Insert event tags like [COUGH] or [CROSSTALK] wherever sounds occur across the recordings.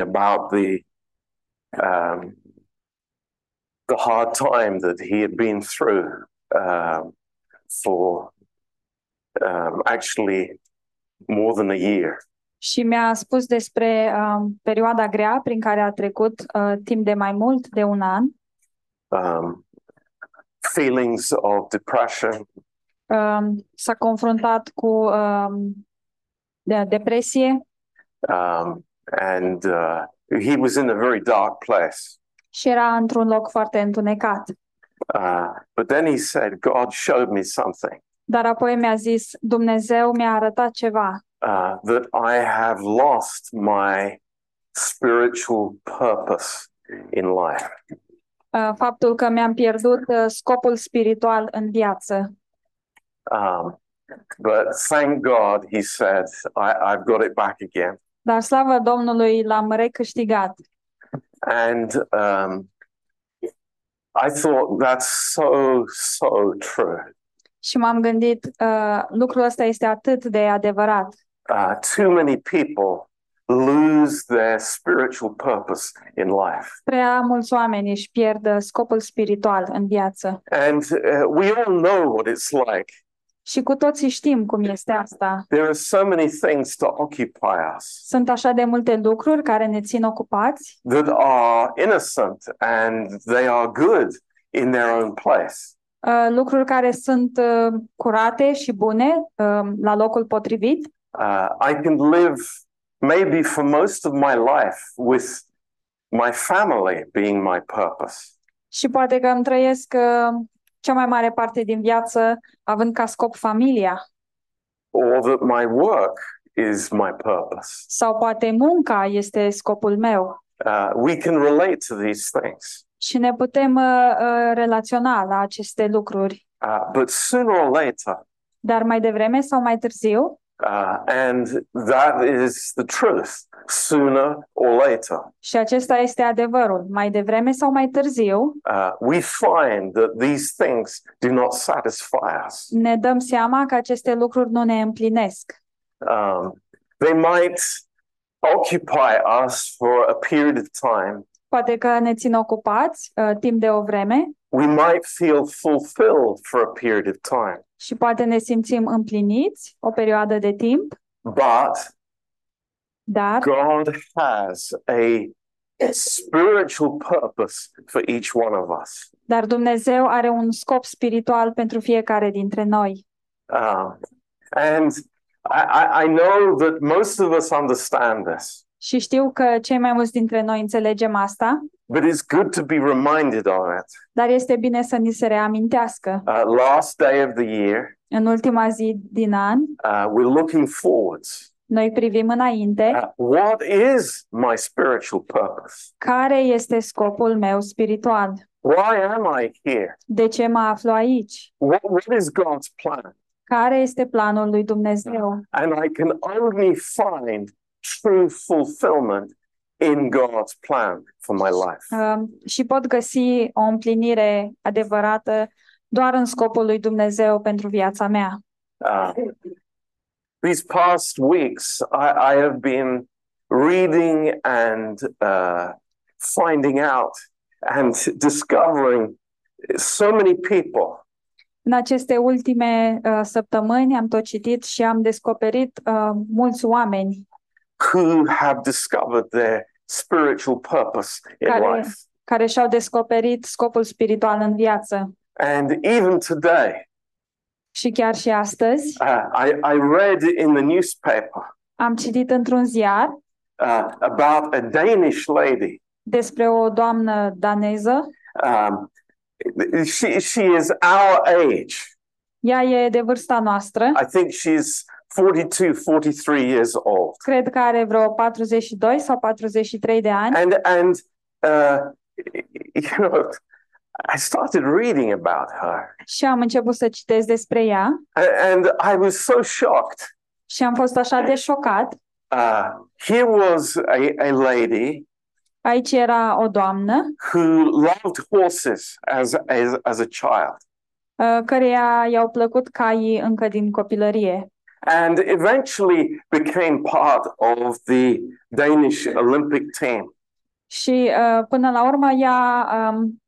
about the um, the hard time that he had been through um, for um, actually more than a year. și mi-a spus despre um, perioada grea prin care a trecut uh, timp de mai mult de un an, Um, feelings of depression, um, s-a confruntat cu um, de- depresie um, and uh, he was in a very dark place. și era într-un loc foarte întunecat. Uh, but then he said, God showed me something Dar apoi mi-a zis, Dumnezeu mi-a arătat ceva, uh, that I have lost my spiritual purpose in life. uh, faptul că mi-am pierdut uh, scopul spiritual în viață. Um, but thank God, he said, I, I've got it back again. Dar slavă Domnului, l-am recâștigat. And um, I thought that's so, so true. Și m-am gândit, uh, lucrul ăsta este atât de adevărat. Uh, too many people lose their spiritual purpose in life. Prea mulți oameni își pierd uh, scopul spiritual în viață. And uh, we all know what it's like. Și cu toții știm cum este asta. There are so many things to occupy us Sunt așa de multe lucruri care ne țin ocupați, that are innocent and they are good in their own place. uh, lucruri care sunt uh, curate și bune uh, la locul potrivit. Uh, I can live maybe for most of my life with my family being my purpose. Și poate că îmi trăiesc uh, cea mai mare parte din viață având ca scop familia. or that my work is my purpose. Sau poate munca este scopul meu. Uh, we can relate to these things, Și ne putem uh, uh, relaționa la aceste lucruri. uh, but sooner or later, Dar mai devreme sau mai târziu, uh, and that is the truth, sooner or later, și acesta este adevărul, mai devreme sau mai târziu, uh, we find that these things do not satisfy us. ne dăm seama că aceste lucruri nu ne împlinesc. Um, they might occupy us for a period of time. Poate că ne țin ocupați uh, timp de o vreme We might feel fulfilled for a period of time, și poate ne simțim împliniți o perioadă de timp, but dar God has a spiritual purpose for each one of us. Dar Dumnezeu are un scop spiritual pentru fiecare dintre noi. Um, and I, I, I know that most of us understand this, Și știu că cei mai mulți dintre noi înțelegem asta, but it's good to be reminded of it. dar este bine să ni se reamintească. Uh, last day of the year, În ultima zi din an, uh, we're looking forwards. noi privim înainte Uh, what is my spiritual purpose? care este scopul meu spiritual. Why am I here? De ce mă aflu aici? What, what is God's plan? Care este planul lui Dumnezeu? And I can only find true fulfillment in God's plan for my life. Um, Și pot găsi o împlinire adevărată doar în scopul lui Dumnezeu pentru viața mea. Uh, these past weeks, I, I have been reading and uh, finding out and discovering so many people În aceste ultime uh, săptămâni am tot citit și am descoperit uh, mulți oameni who have discovered their spiritual purpose in Care- life. care și-au descoperit scopul spiritual în viață. And even today, Și chiar și astăzi uh, I, I read in the newspaper am citit într-un ziar uh, about a Danish lady. despre o doamnă daneză. Um, she, she is our age. Ea e de vârsta noastră, I think she's 42, 43 years old. cred că are vreo 42 sau 43 de ani. And, and uh, [LAUGHS] you know, I started reading about her Și am început să citesc despre ea A- and I was so shocked. și am fost așa de șocat. Uh, here was a, a lady Aici era o doamnă who loved horses as, as, as a child. uh, căreia i-au plăcut caii încă din copilărie. and eventually became part of the Danish Olympic team. Și uh, până la urmă ea um,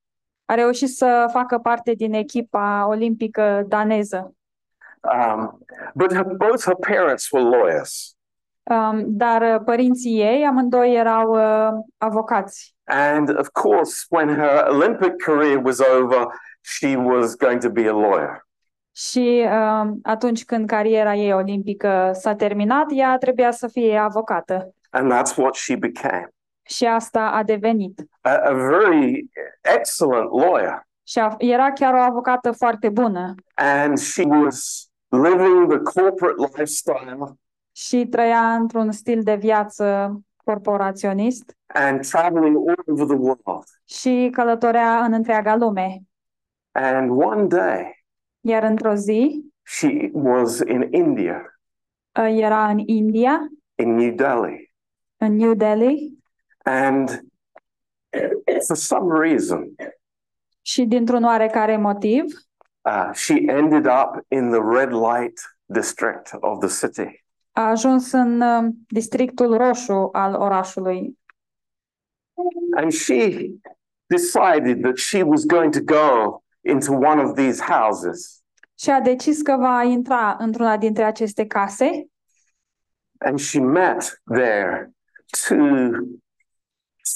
a reușit să facă parte din echipa olimpică daneză. Um, but her, both her parents were lawyers, Um, dar uh, părinții ei amândoi erau uh, avocați. and of course, when her Olympic career was over, she was going to be a lawyer. Și uh, atunci când cariera ei olimpică s-a terminat, ea trebuia să fie avocată. And that's what she became Și asta a devenit. a, a very excellent lawyer. Și a, era chiar o avocată foarte bună And she was living the corporate lifestyle și trăia într-un stil de viață corporaționist and traveling all over the world. și călătorea în întreaga lume. And one day, Iar într-o zi she was in India, uh, era în India, in New Delhi. în New Delhi, And for some reason, și dintr-un oarecare motiv uh, she ended up in the red light district of the city. a ajuns în uh, districtul roșu al orașului And she decided that she was going to go into one of these houses. și a decis că va intra într-una dintre aceste case And she met there two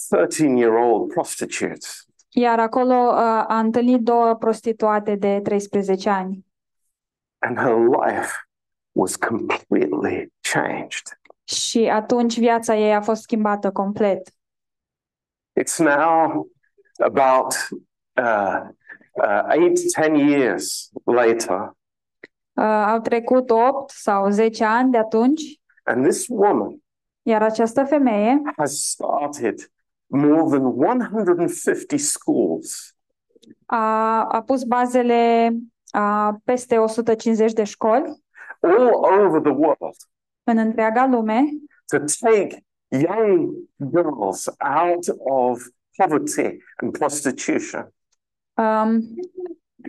13 year old prostitutes. Iar acolo uh, a întâlnit două prostituate de 13 ani And her life was completely changed. și atunci viața ei a fost schimbată complet. It's now about uh, uh, eight, ten years later, Uh, au trecut 8 sau 10 ani de atunci, and this woman iar această femeie has started more than 150 schools a, a pus bazele a peste 150 de școli all over the world în întreaga lume to take young girls out of poverty and prostitution. um,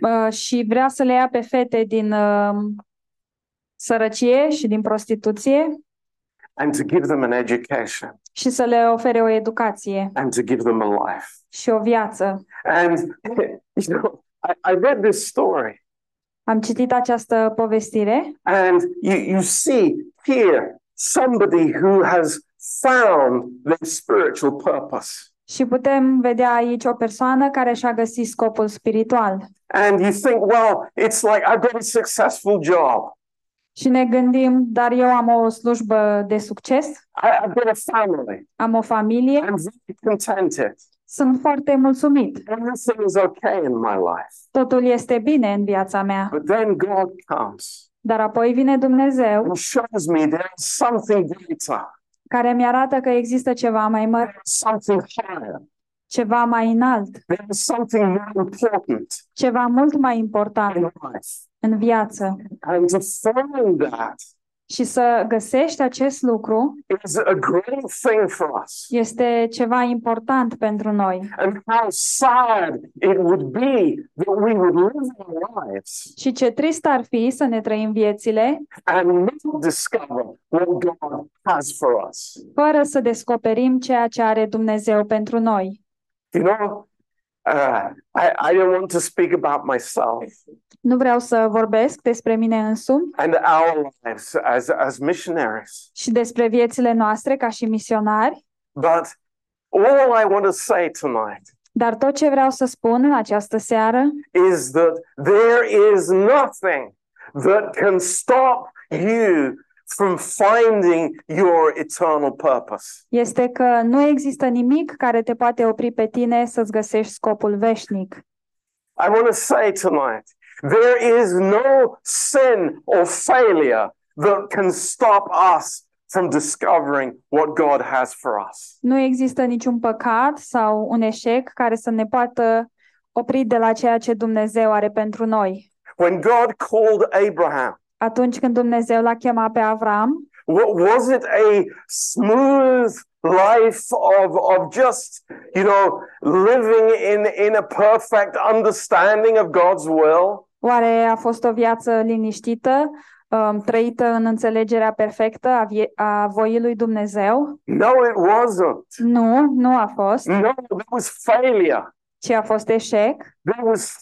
uh, și vrea să le ia pe fete din um, sărăcie și din prostituție And to give them an education și să le ofere o educație and to give them a life. și o viață. And, [LAUGHS] you know, I, I read this story Am citit această povestire And you, you see here somebody who has found their spiritual purpose. și putem vedea aici o persoană care și-a găsit scopul spiritual. And you think, well, it's like I've got a successful job. Și ne gândim, dar eu am o slujbă de succes, I, I've got a family. am o familie, I'm very contented. sunt foarte mulțumit. Everything is okay in my life. Totul este bine în viața mea. But then God comes Dar apoi vine Dumnezeu and shows me there's something greater, care mi arată că există ceva mai mare, something higher, ceva mai înalt, there's something more important ceva mult mai important in life. în viață. And to find that Și să găsești acest lucru is a great thing for us. este ceva important pentru noi. and how sad it would be that we would live our lives Și ce trist ar fi să ne trăim viețile and not discover what God has for us. fără să descoperim ceea ce are Dumnezeu pentru noi. You know, uh, I, I don't want to speak about myself Nu vreau să vorbesc despre mine însumi and our lives as, as missionaries, și despre viețile noastre ca și misionari, but all I want to say tonight dar tot ce vreau să spun în această seară is that there is nothing that can stop you from finding your eternal purpose. este că nu există nimic care te poate opri pe tine să-ți găsești scopul veșnic. I want to say tonight there is no sin or failure that can stop us from discovering what God has for us. Nu există niciun păcat sau un eșec care să ne poată opri de la ceea ce Dumnezeu are pentru noi. When God called Abraham, Atunci când Dumnezeu l-a chemat pe Avram, what was it a smooth life of, of just, you know, living in, in a perfect understanding of God's will? Oare a fost o viață liniștită, uh, um, trăită în înțelegerea perfectă a, vie- a voii lui Dumnezeu? No, it wasn't. Nu, nu a fost, No, there was failure. ci a fost eșec. There was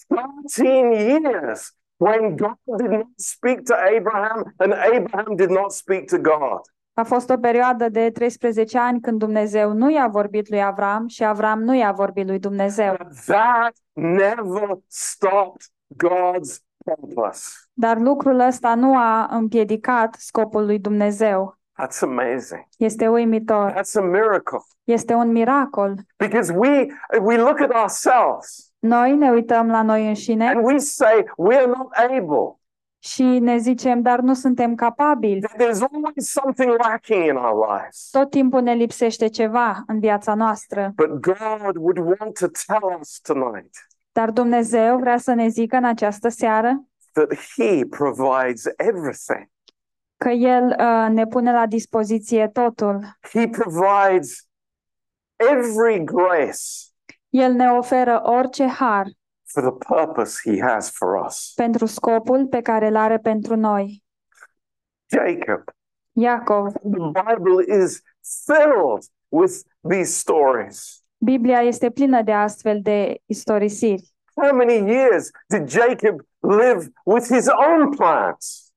13 years when God did not speak to Abraham and Abraham did not speak to God. A fost o perioadă de 13 ani când Dumnezeu nu i-a vorbit lui Avram și Avram nu i-a vorbit lui Dumnezeu. But that never stopped God's purpose. Dar lucrul ăsta nu a împiedicat scopul lui Dumnezeu. That's amazing. Este uimitor. That's a miracle. Este un miracol. Because we we look at ourselves Noi ne uităm la noi înșine and we say we're not able. și ne zicem, dar nu suntem capabili. There's always something lacking in our lives. Tot timpul ne lipsește ceva în viața noastră. But God would want to tell us tonight Dar Dumnezeu vrea să ne zică în această seară that He provides everything. că El uh, ne pune la dispoziție totul. He provides every grace El ne oferă orice har for the purpose He has for us. pentru scopul pe care îl are pentru noi. Jacob, Iacov, the Bible is filled with these stories. Biblia este plină de astfel de istorisiri. How many years did Jacob live with his own plans?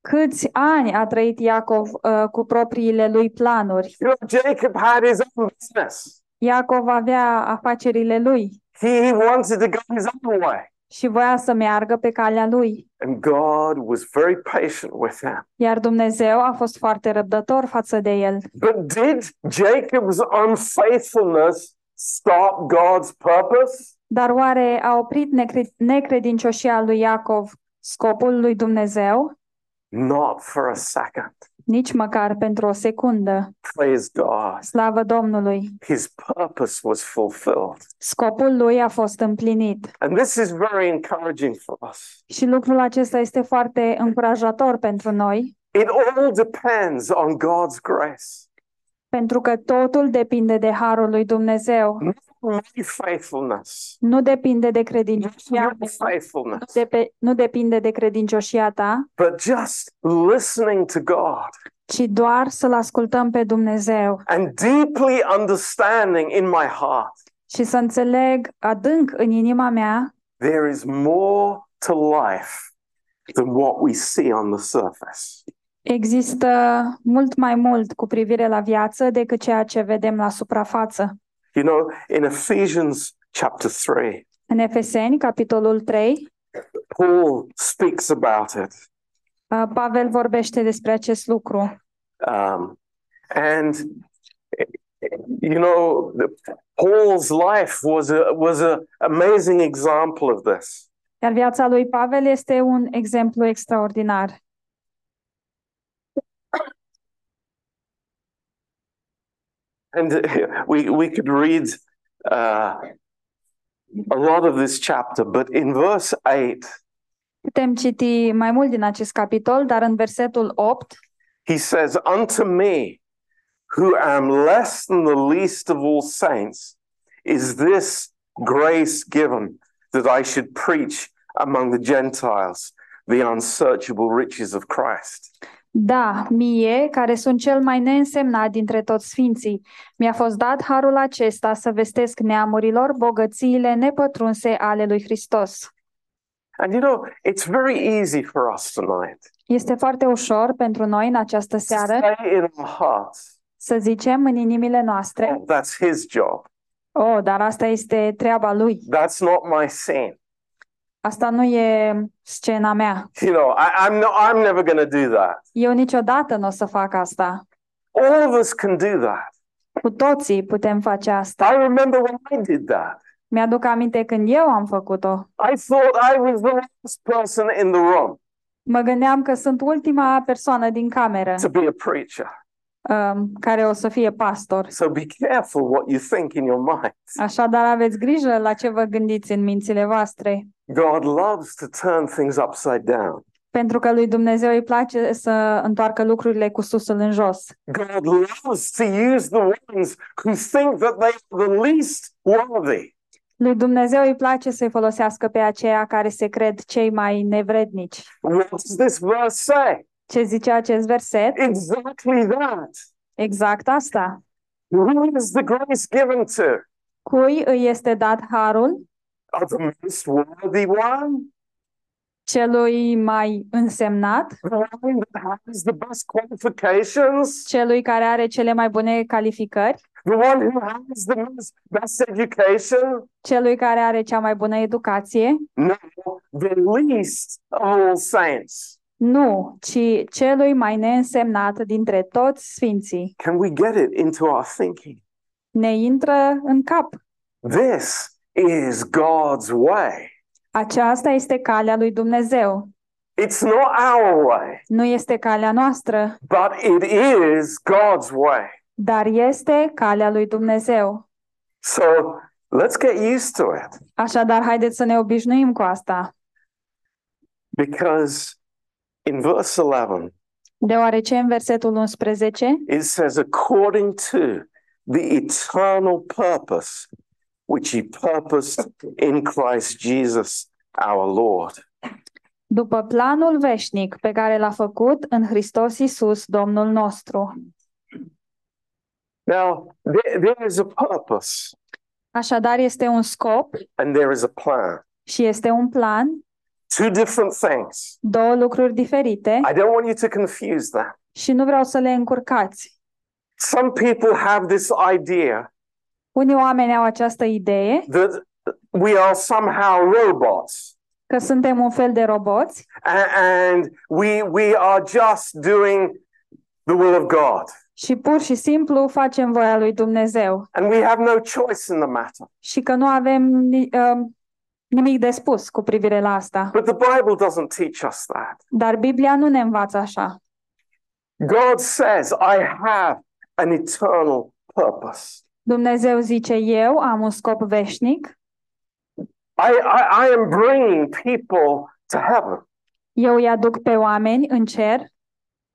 Câți ani a trăit Iacov uh, cu propriile lui planuri? You know, Jacob had his own business. Iacov avea afacerile lui He wanted to go his own way. și voia să meargă pe calea lui. And God was very patient with him. Iar Dumnezeu a fost foarte răbdător față de el. But did Jacob's unfaithfulness stop God's purpose? Dar oare a oprit necre- necredincioșia lui Iacov scopul lui Dumnezeu? Not for a second. Nici măcar pentru o secundă. Praise God. Slavă Domnului! His purpose was fulfilled. Scopul lui a fost împlinit. And this is very encouraging for us. Și lucrul acesta este foarte încurajator pentru noi, It all depends on God's grace. pentru că totul depinde de harul lui Dumnezeu. My faithfulness. Nu depinde de credincioșia Your mea, faithfulness. nu, depe- nu depinde de credincioșia ta, But just listening to God ci doar să-L ascultăm pe Dumnezeu and deeply understanding in my heart și să înțeleg adânc în inima mea there is more to life than what we see on the surface. există mult mai mult cu privire la viață decât ceea ce vedem la suprafață. You know, in Ephesians chapter 3, În Efeseni, capitolul 3, Paul speaks about it. uh, Pavel vorbește despre acest lucru. Um, and, you know, the, Paul's life was a was an amazing example of this. Iar viața lui Pavel este un exemplu extraordinar. And [LAUGHS] uh, we, we could read uh, a lot of this chapter, but in verse 8, Putem citi mai mult din acest capitol, dar în versetul 8 he says, Unto me, who am less than the least of all saints, is this grace given that I should preach among the Gentiles the unsearchable riches of Christ. Da, mie, care sunt cel mai neînsemnat dintre toți sfinții, mi-a fost dat harul acesta să vestesc neamurilor bogățiile nepătrunse ale lui Hristos. And you know, it's very easy for us tonight Este foarte ușor pentru noi în această to seară say in our hearts, să zicem în inimile noastre, "Oh, that's his job. oh, dar asta este treaba lui, That's not my sin. asta nu e scena mea. You know, I, I'm, not, I'm never going to do that. Eu niciodată nu o să fac asta. All of us can do that. Cu toții putem face asta. I remember when I did that. Mi-aduc aminte când eu am făcut-o. I thought I was the last person in the room Mă gândeam că sunt ultima persoană din cameră to be a preacher. um, care o să fie pastor. So be careful what you think in your mind. Așadar, aveți grijă la ce vă gândiți în mințile voastre. God loves to turn things upside down. Pentru că lui Dumnezeu îi place să întoarcă lucrurile cu susul în jos. God loves to use the ones who think that they are the least worthy. Lui Dumnezeu îi place să-i folosească pe aceia care se cred cei mai nevrednici. What does this verse say? Ce zice acest verset? Exactly that. Exact asta. Who is the grace given to? Cui îi este dat harul? Of the most worthy one? Celui mai însemnat? The one that has the best qualifications? Celui care are cele mai bune calificări? The one who has the most, best education? Celui care are cea mai bună educație? No, the least of all saints. Nu, ci celui mai neînsemnat dintre toți sfinții. Can we get it into our thinking? Ne intră în cap. This is God's way. Aceasta este calea lui Dumnezeu. It's not our way, Nu este calea noastră, but it is God's way. dar este calea lui Dumnezeu. So let's get used to it Așadar, haideți să ne obișnuim cu asta, because in verse 11, deoarece în versetul 11 it says, according to the eternal purpose which he purposed in Christ Jesus our Lord. După planul veșnic pe care l-a făcut în Hristos Isus, Domnul nostru. Now, there, there is a purpose Așadar, este un scop and there is a plan. și este un plan, Two different things. două lucruri diferite I don't want you to confuse that. și nu vreau să le încurcați. Some people have this idea Unii oameni au această idee that we are somehow robots că suntem un fel de roboți a- and we we are just doing the will of God și pur și simplu facem voia lui Dumnezeu and we have no choice in the matter. și că nu avem ni- uh, nimic de spus cu privire la asta. But the Bible doesn't teach us that. Dar Biblia nu ne învață așa. God says, I have an eternal purpose. Dumnezeu zice, eu am un scop veșnic, I, I, I am bringing people to heaven. eu îi aduc pe oameni în cer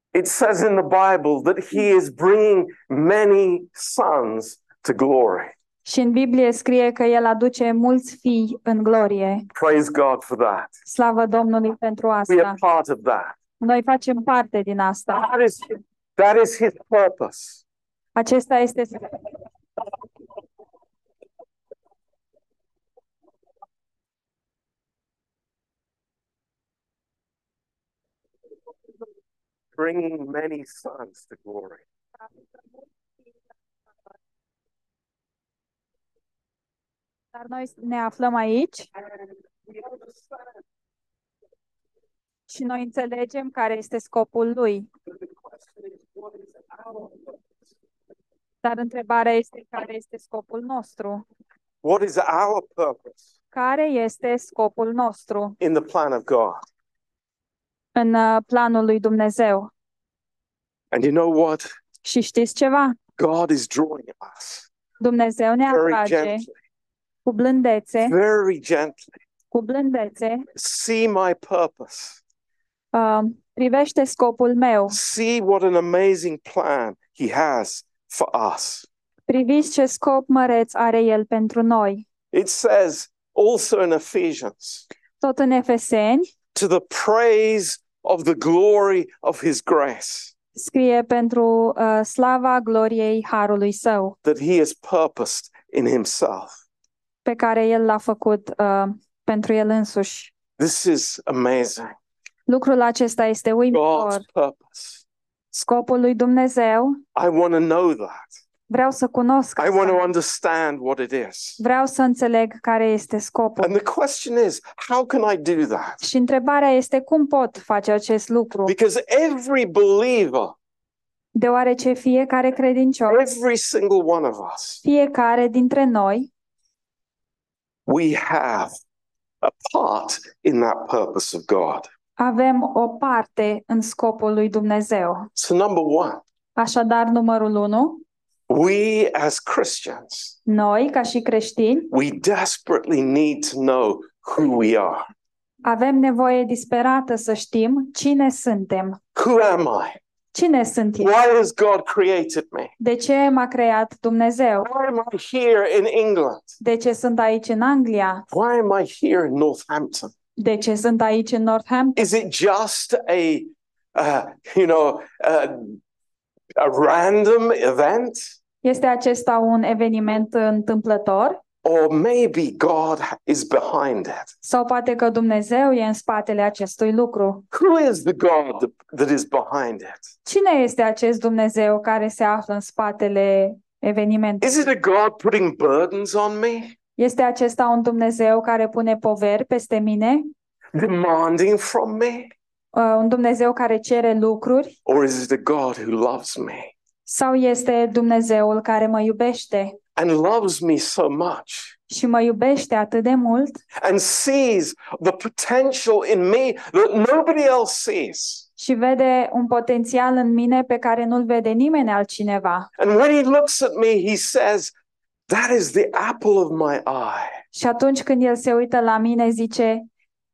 It says in the Bible that he is bringing many sons to glory. și în Biblie scrie că el aduce mulți fii în glorie. Praise God for that. Slavă Domnului pentru We asta. are part of that. Noi facem parte din asta. That is, that is his purpose. Acesta este bringing many sons to glory. Dar noi ne aflăm aici și noi înțelegem care este scopul lui. Dar întrebarea este care este scopul nostru? What is our purpose Care este scopul nostru in the plan of God? în uh, planul lui Dumnezeu? And you know what? Și știți ceva? God is drawing us Dumnezeu ne very atrage gently, cu blândețe, very gently. cu blândețe. See my purpose. Uh, privește scopul meu. See what an amazing plan he has for us. Priviți ce scop măreț are El pentru noi. It says also in Ephesians, Tot în Efeseni to the praise of the glory of his grace scrie pentru uh, slava gloriei Harului Său, that he has purposed in himself. pe care El l-a făcut uh, pentru El însuși. This is amazing. Lucrul acesta este God's uimitor. purpose. Scopul lui Dumnezeu, I want to know that. vreau să cunosc, I want to asta. understand what it is. vreau să înțeleg care este scopul. And the question is, how can I do that? Și întrebarea este cum pot face acest lucru? Because every believer, Deoarece fiecare credincios, every single one of us, fiecare dintre noi, we have a part in that purpose of God. avem o parte în scopul lui Dumnezeu. So, number one, Așadar, numărul 1, we as Christians, noi, ca și creștini, We desperately need to know who we are. avem nevoie disperată să știm cine suntem. Who am I? Cine sunt eu? Why has God created me? De ce m-a creat Dumnezeu? Why am I here in England? De ce sunt aici în Anglia? Why am I here in Northampton? De ce sunt aici în Northampton? Is it just a, uh, you know, uh, a random event, Este acesta un eveniment întâmplător? or maybe God is behind it. Sau poate că Dumnezeu e în spatele acestui lucru? Who is the God that is behind it? Cine este acest Dumnezeu care se află în spatele evenimentului? Is it a God putting burdens on me, Este acesta un Dumnezeu care pune poveri peste mine? demanding from me? Uh, Un Dumnezeu care cere lucruri? Or is it a God who loves me Sau este Dumnezeul care mă iubește? and loves me so much Și mă iubește atât de mult and sees the potential in me that nobody else sees? și vede un potențial în mine pe care nu-l vede nimeni altcineva. And when he looks at me, he says, That is the apple of my eye. Și atunci când el se uită la mine, zice,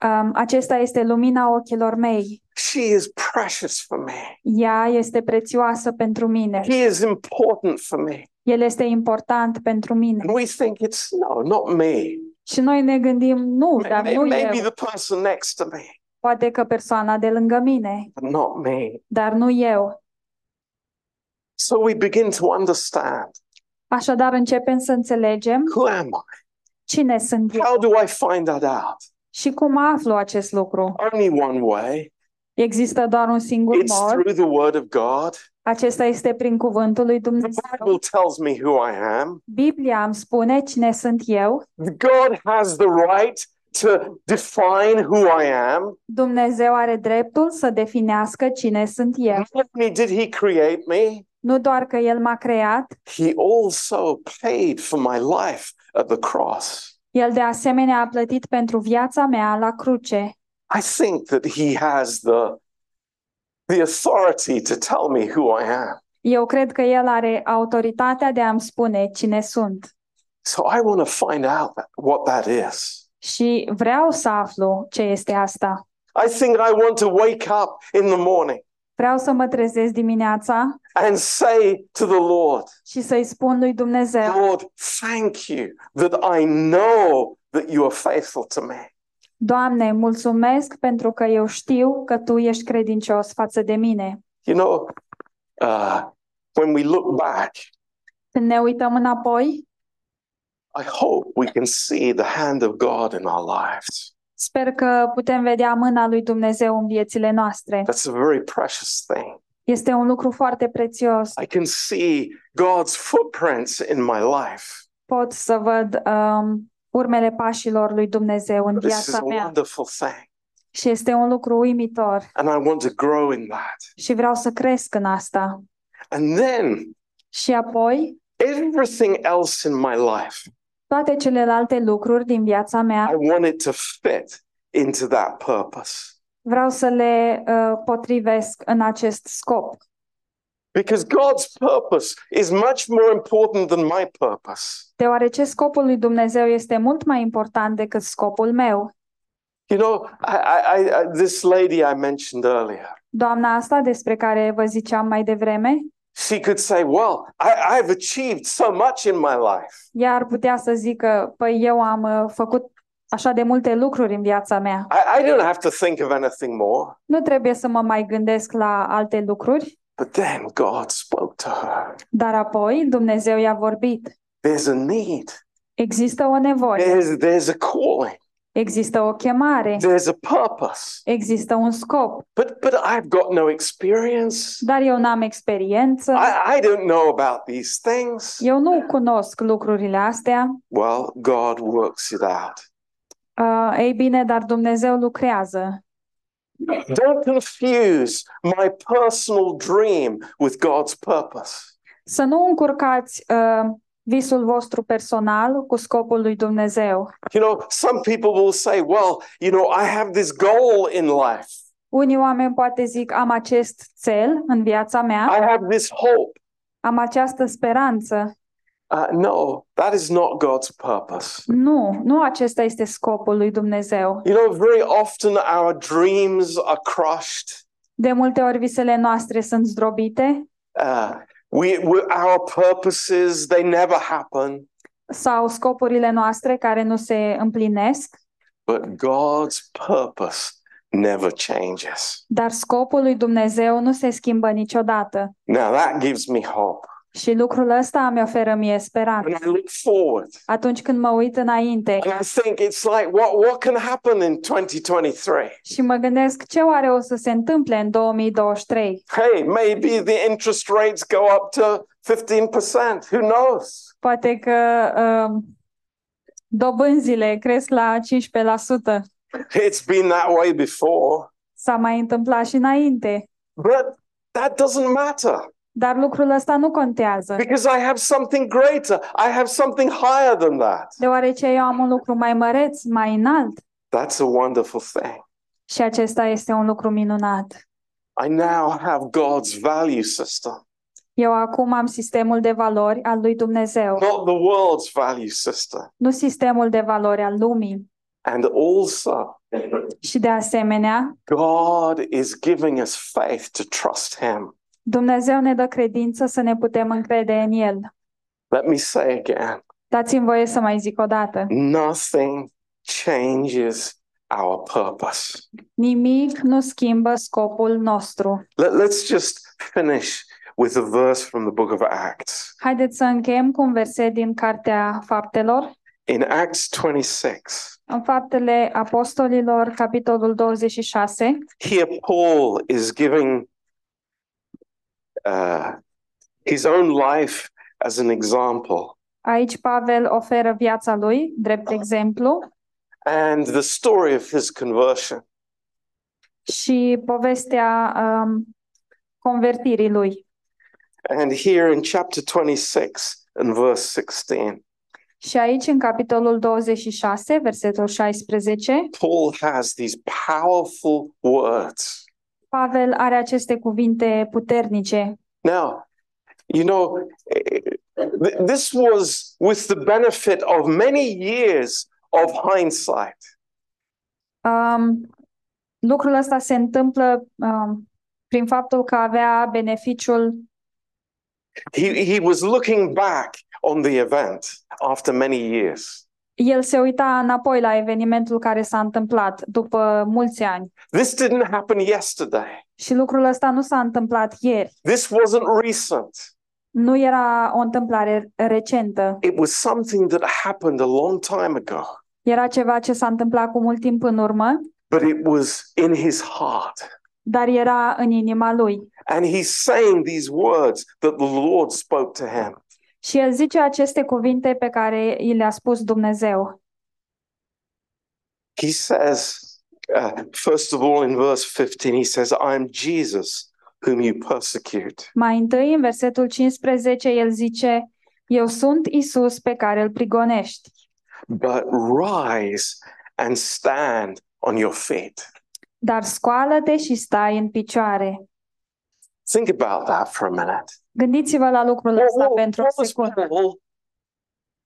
"Um, acesta este lumina ochilor mei. She is precious for me. Ea este prețioasă pentru mine. He is important for me. El este important pentru mine. And we think it's no, not me. Și noi ne gândim, nu, May- dar may- nu maybe eu. the person next to me, Poate că persoana de lângă mine, but not me. dar nu eu. So we begin to understand Așadar începem să înțelegem who am I? cine sunt eu How do I find that out? și cum aflu acest lucru. Only one way. Există doar un singur It's mod. through the Word of God. Acesta este prin cuvântul lui The Dumnezeu. Bible tells me who I am. Biblia îmi spune cine sunt eu. God has the right to define who I am. Dumnezeu are dreptul să definească cine sunt eu. Not only did He create me, Nu doar că El m-a creat, He also paid for my life at the cross. El de asemenea a plătit pentru viața mea la cruce. I think that He has the, the authority to tell me who I am. Eu cred că El are autoritatea de a-mi spune cine sunt. So I want to find out that- what that is. Și vreau să aflu ce este asta. I think I want to wake up in the morning Vreau să mă trezesc dimineața and say to the Lord, și să-i spun lui Dumnezeu, Lord, thank you that I know that you are faithful to me. Doamne, mulțumesc pentru că eu știu că Tu ești credincios față de mine. You know, uh, when we look back, Când ne uităm înapoi, I hope we can see the hand of God in our lives. sper că putem vedea mâna lui Dumnezeu în viețile noastre. That's a very precious thing. Este un lucru foarte prețios. I can see God's footprints in my life. Pot să văd um, urmele pașilor lui Dumnezeu în This is viața a mea wonderful thing. și este un lucru uimitor. And I want to grow in that. și vreau să cresc în asta. And then Și apoi, everything else in my life, toate celelalte lucruri din viața I mea, want it to fit into that purpose. vreau să le uh, potrivesc în acest scop. Because God's purpose is much more important than my purpose. Deoarece scopul lui Dumnezeu este mult mai important decât scopul meu. You know, I, I, I, I- this lady I mentioned earlier, Doamna asta despre care vă ziceam mai devreme, she could say, Well, I, I've achieved so much in my life. ea ar putea să zică, păi eu am uh, făcut așa de multe lucruri în viața mea. I, I don't have to think of anything more. Nu trebuie să mă mai gândesc la alte lucruri, But then God spoke to her. dar apoi Dumnezeu i-a vorbit. There's a need, Există o nevoie, there's, there's a calling, există o chemare. there's a purpose. Există un scop, But, but I've got no experience. dar eu n-am experiență, I, I don't know about these things. eu nu cunosc lucrurile astea. Well, God works it out. Uh, ei bine, dar Dumnezeu lucrează. Don't confuse my personal dream with God's purpose. Să nu încurcați uh, visul vostru personal cu scopul lui Dumnezeu. You know, some people will say, well, you know, I have this goal in life, Unii oameni poate zic, am acest cel în viața mea, I have this hope. am această speranță. Uh, no, that is not God's purpose. Nu, nu acesta este scopul lui Dumnezeu. You know, very often our dreams are crushed. De multe ori visele noastre sunt zdrobite Uh, we, we, our purposes, they never happen. sau scopurile noastre care nu se împlinesc, But God's purpose never changes. dar scopul lui Dumnezeu nu se schimbă niciodată. Now that gives me hope. Și lucrul ăsta îmi oferă mie And speranță. I look forward Atunci când mă uit înainte and I think it's like, what, what can happen in 2023? și mă gândesc ce oare o să se întâmple în 2023. Hey, maybe the interest rates go up to 15%. Who knows? Poate că um, dobânzile cresc la 15%. It's been that way before, S-a mai întâmplat și înainte. but that doesn't matter Dar lucrul ăsta nu contează, because I have something greater. I have something higher than that. deoarece eu am un lucru mai măreț, mai înalt. That's a wonderful thing. Și acesta este un lucru minunat. I now have God's value system, Eu acum am sistemul de valori al lui Dumnezeu, not the world's value system. nu sistemul de valori al lumii. And also, Și de asemenea, God is giving us faith to trust Him. Dumnezeu ne dă credință să ne putem încrede în El. Let me say again Dați-mi voie să mai zic o dată. nothing changes our purpose. Nimic nu schimbă scopul nostru. Let, us just finish with a verse from the book of Acts. Haideți să încheiem cu un verset din Cartea Faptelor, In Acts 26, în Faptele Apostolilor, capitolul 26. here Paul is giving uh, his own life as an example. Aici Pavel oferă viața lui, drept exemplu, And the story of his conversion. și povestea um, convertirii lui. And here in chapter 26 and verse 16, Și aici, în capitolul 26, versetul 16, Paul has these powerful words. Pavel are aceste cuvinte puternice Now, you know, eh, th- this was with the benefit of many years of hindsight. Um, lucrul ăsta se întâmplă um, prin faptul că avea beneficiul, He, he was looking back on the event after many years. el se uita înapoi la evenimentul care s-a întâmplat după mulți ani. This didn't happen yesterday. Și lucrul ăsta nu s-a întâmplat ieri. This wasn't recent. Nu era o întâmplare recentă. It was something that happened a long time ago, Era ceva ce s-a întâmplat cu mult timp în urmă, but it was in his heart. dar era în inima lui. And he's saying these words that the Lord spoke to him. Și el zice aceste cuvinte pe care i le-a spus Dumnezeu. He says, uh, first of all, in verse 15, he says, I am Jesus whom you persecute. Mai întâi, în versetul 15, el zice, Eu sunt Isus pe care îl prigonești. But rise and stand on your feet. Dar scoală-te și stai în picioare. Think about that for a minute. Gândiți-vă la lucrul What, ăsta what- pentru what o was secundă. Paul?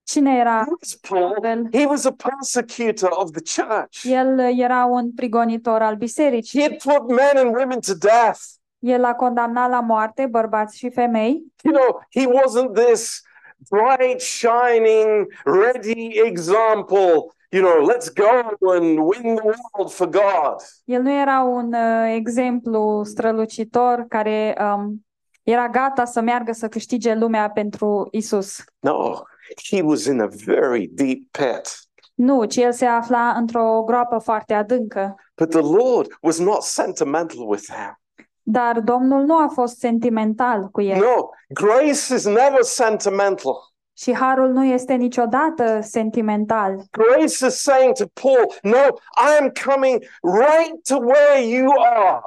Cine era What was Paul? Pavel? He was a persecutor of the church. El era un prigonitor al He bisericii. had put men and women to death. El a condamnat la moarte bărbați și femei. You know, he wasn't this bright, shining, ready example. You know, let's go and win the world for God. El nu era un uh, exemplu strălucitor care um, era gata să meargă să câștige lumea pentru Isus. No, he was in a very deep pit. Nu, ci el se afla într-o groapă foarte adâncă. But the Lord was not sentimental with him. Dar Domnul nu a fost sentimental cu el. No, grace is never sentimental. Și harul nu este niciodată sentimental. Grace is saying to Paul, No, I am coming right to where you are,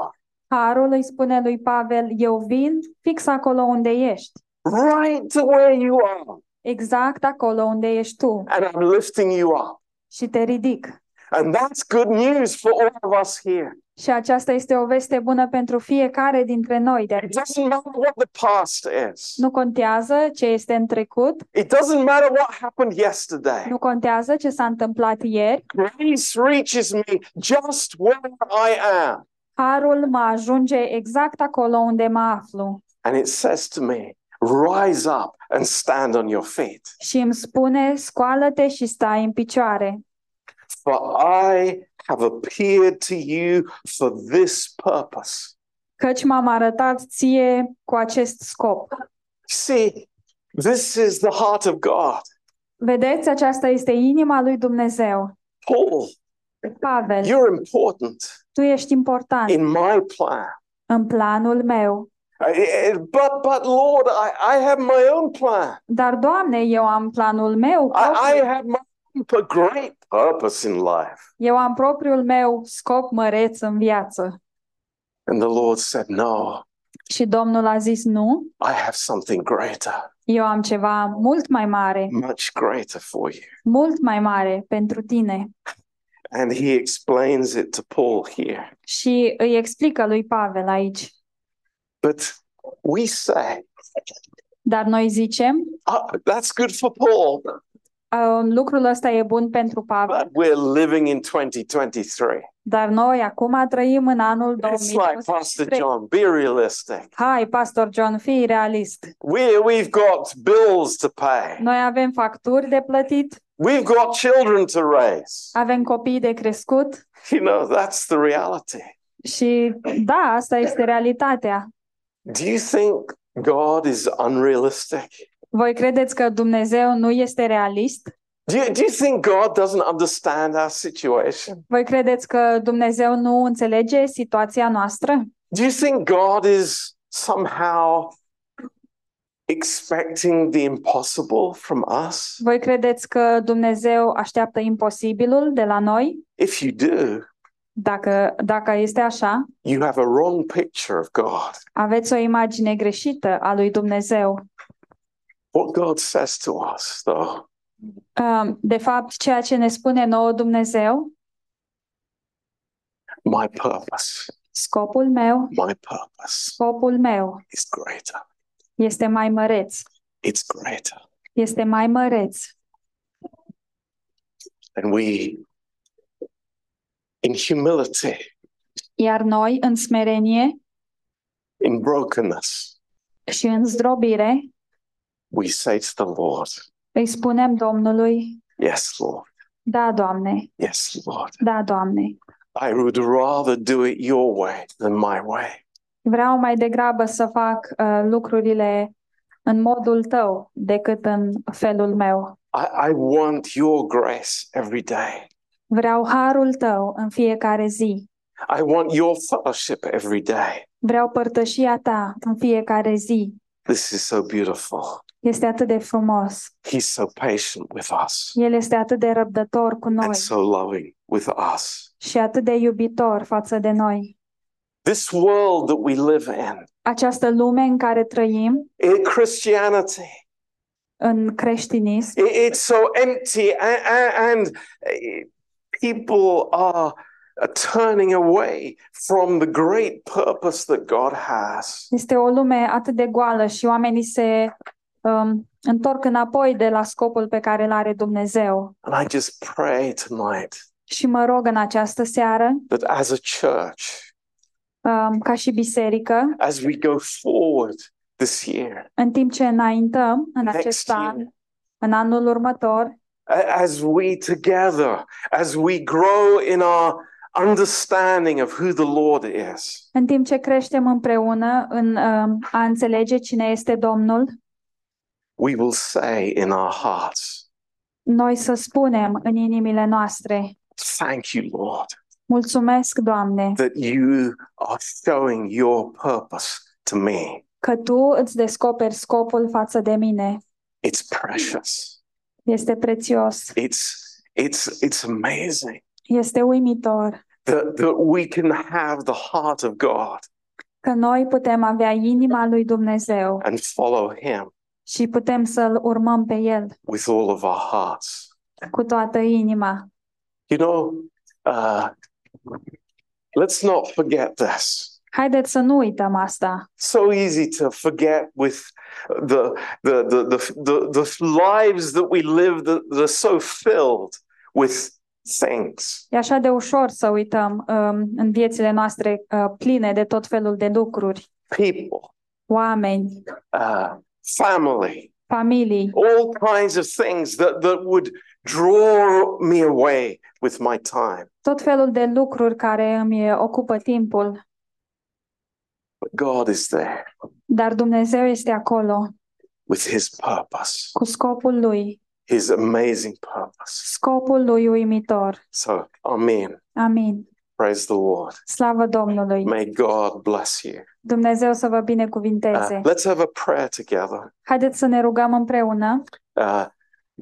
Harul îi spune lui Pavel, eu vin fix acolo unde ești, right to where you are, exact acolo unde ești tu and I'm lifting you up. și te ridic. And that's good news for all of us here. Și aceasta este o veste bună pentru fiecare dintre noi. De It doesn't matter what the past is. nu contează ce este în trecut, It doesn't matter what happened yesterday. nu contează ce s-a întâmplat ieri. Grace reaches me just where I am. Harul mă ajunge exact acolo unde mă aflu And it says to me, rise up and stand on your feet. și îmi spune, scoală-te și stai în picioare, For I have appeared to you for this purpose. căci m-am arătat ție cu acest scop. See, this is the heart of God. Vedeți, aceasta este inima lui Dumnezeu. Paul, Pavel, you're important tu ești important in my plan. în planul meu. Uh, eh, But, but Lord, I, I have my own plan. Dar, Doamne, eu am planul meu I, I propriu. have my own p- great purpose in life. Eu am propriul meu scop măreț în viață. And the Lord said, No, Și Domnul a zis, nu, I have something greater, eu am ceva mult mai mare, much greater for you. mult mai mare pentru tine. And he explains it to Paul here. Și îi explică lui Pavel aici. But we say, Dar noi zicem, oh, that's good for Paul, "Um, lucrul ăsta e bun pentru Pavel, but we're living in 2023. dar noi acum trăim în anul It's like 2020. Pastor John, be realistic. Hai, Pastor John, fii realist. We, we've got bills to pay, Noi avem facturi de plătit, we've got children to raise. avem copii de crescut You know, that's the reality. și da, asta este realitatea. Do you think God is unrealistic? Voi credeți că Dumnezeu nu este realist? Do you, do you think God doesn't understand our situation? Voi credeți că Dumnezeu nu înțelege situația noastră? Do you think God is somehow expecting the impossible from us? Voi credeți că Dumnezeu așteaptă imposibilul de la noi? If you do, Dacă, dacă este așa, you have a wrong picture of God. aveți o imagine greșită a lui Dumnezeu. What God says to us, though, Um, De fapt, ceea ce ne spune nouă Dumnezeu, my purpose, scopul meu, my purpose scopul meu is greater. este mai măreț, It's greater. este mai măreț. And we, in humility, Iar noi, în smerenie in brokenness, și în zdrobire, we say to the Lord, îi spunem Domnului, Yes, Lord. da, Doamne, Yes, Lord. da, Doamne, I would rather do it your way than my way. vreau mai degrabă să fac uh, lucrurile în modul tău decât în felul meu. I, I want your grace every day. Vreau harul tău în fiecare zi. I want your fellowship every day. Vreau părtășia ta în fiecare zi. This is so beautiful. Este atât de frumos. He's so patient with us El este atât de răbdător cu noi and so loving with us. și atât de iubitor față de noi. This world that we live in, Această lume în care trăim, in Christianity, în creștinism, i- it's so empty, a- a- and, eh, people are uh, turning away from the great purpose that God has. Este o lume atât de goală și oamenii se um, întorc înapoi de la scopul pe care îl are Dumnezeu. And I just pray tonight Și mă rog în această seară, that as a church, um, ca și biserică, as we go forward this year, în timp ce înaintăm în next acest an, year, în anul următor, a- as we together, as we grow in our understanding of who the Lord is, în timp ce creștem împreună în um, a înțelege cine este Domnul, we will say in our hearts, noi să spunem în inimile noastre, Thank you, Lord, mulțumesc, Doamne, that you are showing your purpose to me. că Tu îți descoperi scopul față de mine. It's precious. Este prețios, It's it's it's amazing este uimitor. that, that we can have the heart of God că noi putem avea inima lui Dumnezeu and follow him. și putem să-L urmăm pe El with all of our hearts. cu toată inima. You know, uh, let's not forget this. Haideți să nu uităm asta. So easy to forget with the the the the the, the lives that we live that, that are so filled with things. E așa de ușor să uităm um, în viețile noastre uh, pline de tot felul de lucruri, People, oameni, uh, family, familii, all kinds of things that, that would draw me away with my time. tot felul de lucruri care îmi ocupă timpul, But God is there dar Dumnezeu este acolo with his purpose, cu scopul lui, his amazing purpose. scopul lui uimitor. So, Amen. Amin. Praise the Lord. Slavă Domnului. May God bless you. Dumnezeu să vă Uh, binecuvinteze. let's have a prayer together. Haideți să ne rugăm împreună. Uh,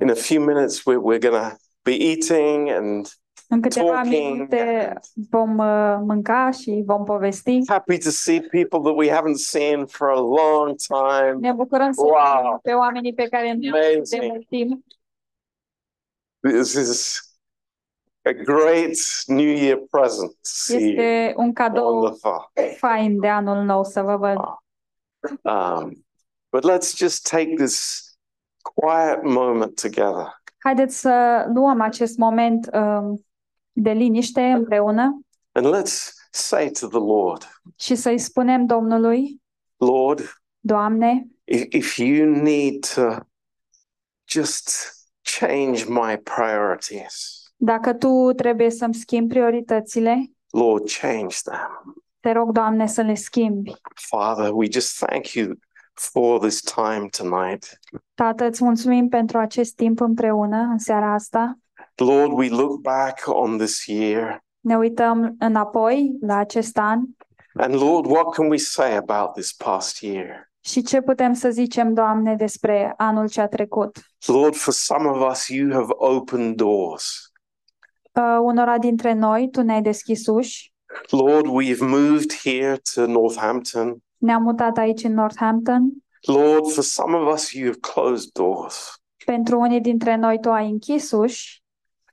in a few minutes, we're, we're going to be eating and În câteva talking. minute and vom uh, mânca și vom povesti. happy to see people that we haven't seen for a long time. Ne bucurăm să Wow. vedem pe oamenii pe care ne de Amazing. mult timp. This is a great New Year present. to See you. Este un cadou Wonderful. fain de anul nou să vă văd. Um, but let's just take this quiet moment together Haideți să luăm acest moment um, de liniște împreună and let's say to the Lord, și să-i spunem Domnului, Lord, Doamne, if, if you need to just change my priorities, dacă Tu trebuie să-mi schimbi prioritățile, Lord, change them. te rog, Doamne, să le schimbi. Father, we just thank you for this time tonight. Tată, îți mulțumim pentru acest timp împreună în seara asta. Lord, we look back on this year Ne uităm înapoi la acest an and Lord, what can we say about this past year? și ce putem să zicem, Doamne, despre anul ce a trecut. Lord, for some of us, you have opened doors. Uh, unora dintre noi, Tu ne-ai deschis uși, Lord, we've moved here to Northampton. ne-am mutat aici în Northampton. Lord, for some of us, you have closed doors. Pentru unii dintre noi, Tu ai închis uși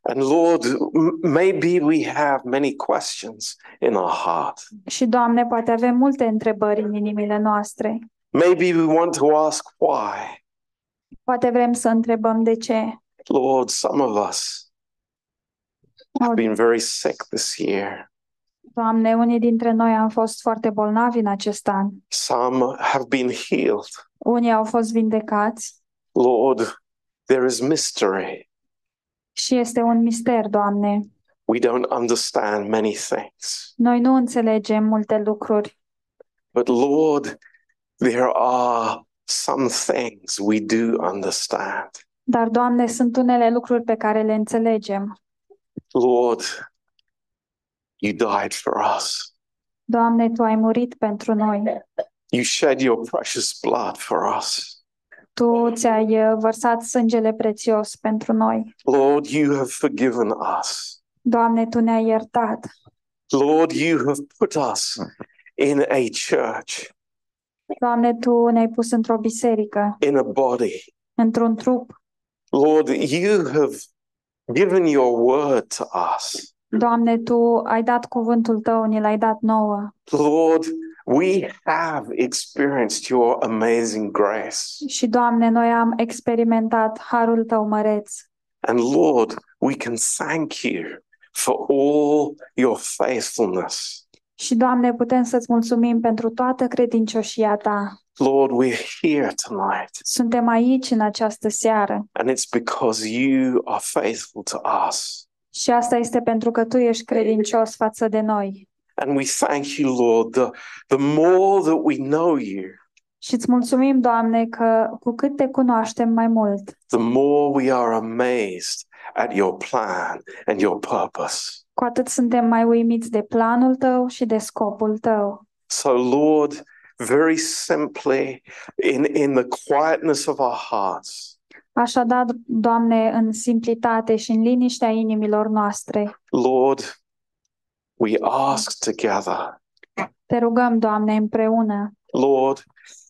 And Lord, m- maybe we have many questions in our heart. Și, Doamne, poate avem multe întrebări în inimile noastre. Maybe we want to ask why. Poate vrem să întrebăm de ce. Lord, some of us O, have been very sick this year. Doamne, unii dintre noi am fost foarte bolnavi în acest an. Some have been healed. Unii au fost vindecați Lord, there is mystery. și este un mister, Doamne. We don't understand many things. Noi nu înțelegem multe lucruri, But Lord, there are some things we do understand. dar, Doamne, sunt unele lucruri pe care le înțelegem. Lord, you died for us. Doamne, Tu ai murit pentru noi. You shed your precious blood for us. Tu ți-ai uh, vărsat sângele prețios pentru noi. Lord, you have forgiven us. Doamne, Tu ne-ai iertat. Lord, you have put us in a church, Doamne, Tu ne-ai pus într-o biserică, in a body. într-un trup, Lord, you have given your word to us. Doamne, Tu ai dat cuvântul Tău, ni l-ai dat nouă Lord, we have experienced your amazing grace. și, Doamne, noi am experimentat harul Tău măreț. And Lord, we can thank you for all your faithfulness. Și, Doamne, putem să-ți mulțumim pentru toată credincioșia Ta. Lord, we're here tonight, Suntem aici în această seară and it's because you are faithful to us. și asta este pentru că Tu ești credincios față de noi. And we thank you, Lord, the, the more that we know you, Și îți mulțumim, Doamne, că cu cât te cunoaștem mai mult, the more we are amazed at your plan and your purpose. cu atât suntem mai uimiți de planul Tău și de scopul Tău. So, Lord, very simply, in, in the quietness of our hearts, Așadar, Doamne, în simplitate și în liniștea inimilor noastre, Lord, we ask together Te rugăm, Doamne, împreună, Lord,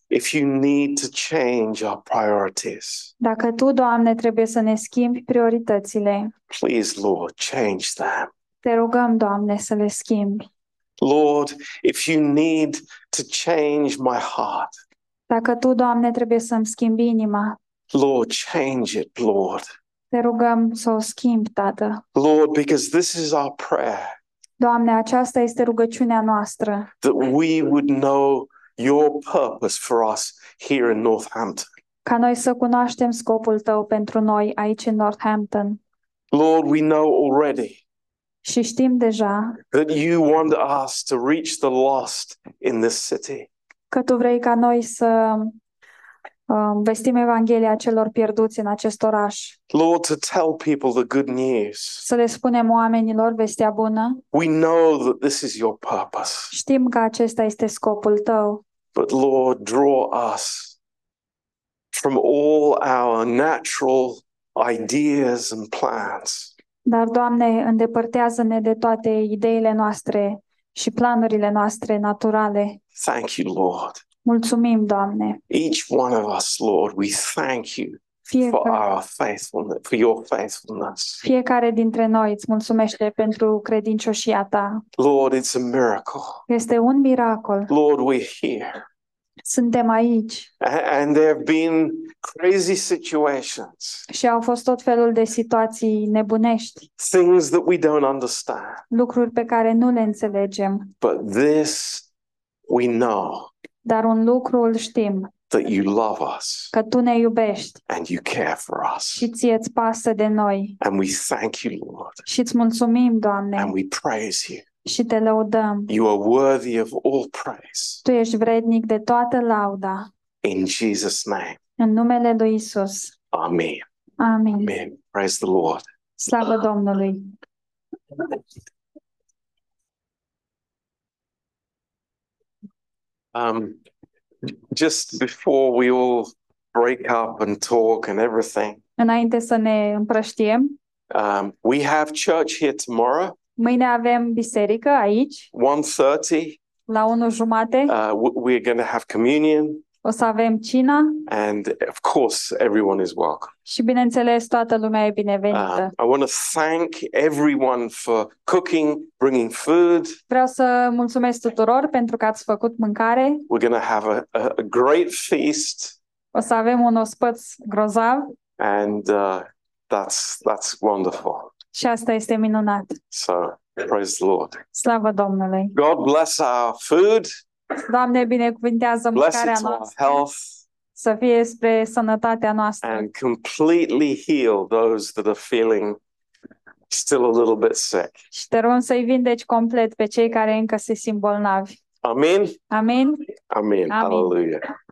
if you need to change our priorities, dacă Tu, Doamne, trebuie să ne schimbi prioritățile, please, Lord, change them. Te rugăm, Doamne, să le schimbi. Lord, if you need to change my heart, Dacă Tu, Doamne, trebuie să-mi schimbi inima, Lord, change it, Lord. Te rugăm să o schimbi, Tată. Lord, because this is our prayer Doamne, aceasta este rugăciunea noastră, that we would know your purpose for us here in Northampton. ca noi să cunoaștem scopul Tău pentru noi aici în Northampton. Lord, we know already Și știm deja that you want us to reach the lost in this city. că tu vrei ca noi să um, vestim Evanghelia celor pierduți în acest oraș, Lord, to tell people the good news. să le spunem oamenilor vestea bună. We know that this is your purpose, Știm că acesta este scopul tău, but Lord, draw us from all our natural ideas and plans dar, Doamne, îndepărtează-ne de toate ideile noastre și planurile noastre naturale. Thank you, Lord. Mulțumim, Doamne, Each one of us, Lord, we thank you for fiecare, our faithfulness, for your faithfulness. fiecare dintre noi îți mulțumește pentru credincioșia ta. Lord, it's a miracle. Este un miracol. Lord, we're here. Suntem aici A- And there have been crazy situations, și au fost tot felul de situații nebunești, things that we don't understand. lucruri pe care nu le înțelegem, But this we know dar un lucru îl știm, that you love us că tu ne iubești and you care for us. și ție îți pasă de noi. And we thank you, Lord, Și îți mulțumim, Doamne, and we praise you. și te lăudăm. You are worthy of all praise. Tu ești vrednic de toată lauda. In Jesus' name, În numele lui Isus. Amen. Amin. Amen. Praise the Lord. Slavă Domnului! Um, just before we all break up and talk and everything, Înainte să ne împrăștiem, um, we have church here tomorrow, mâine avem biserică aici, 1.30. la 1 jumate. Uh, w- we're going to have communion. O să avem cina And of course, everyone is welcome. și, bineînțeles, toată lumea e Uh, binevenită. I want to thank everyone for cooking, bringing food. Vreau să mulțumesc tuturor pentru că ați făcut mâncare. We're going to have a, a, a great feast. O să avem un ospăț grozav And uh, that's, that's wonderful. și asta este minunat. So praise the Lord. Slavă Domnului! God bless our food. Doamne, binecuvintează Bless mâncarea it to our noastră health. să fie spre sănătatea noastră. and completely heal those that are feeling still a little bit sick. Și te rog să-i vindeci complet pe cei care încă se simt bolnavi. Amen. Amin? Amen. Amen. Hallelujah.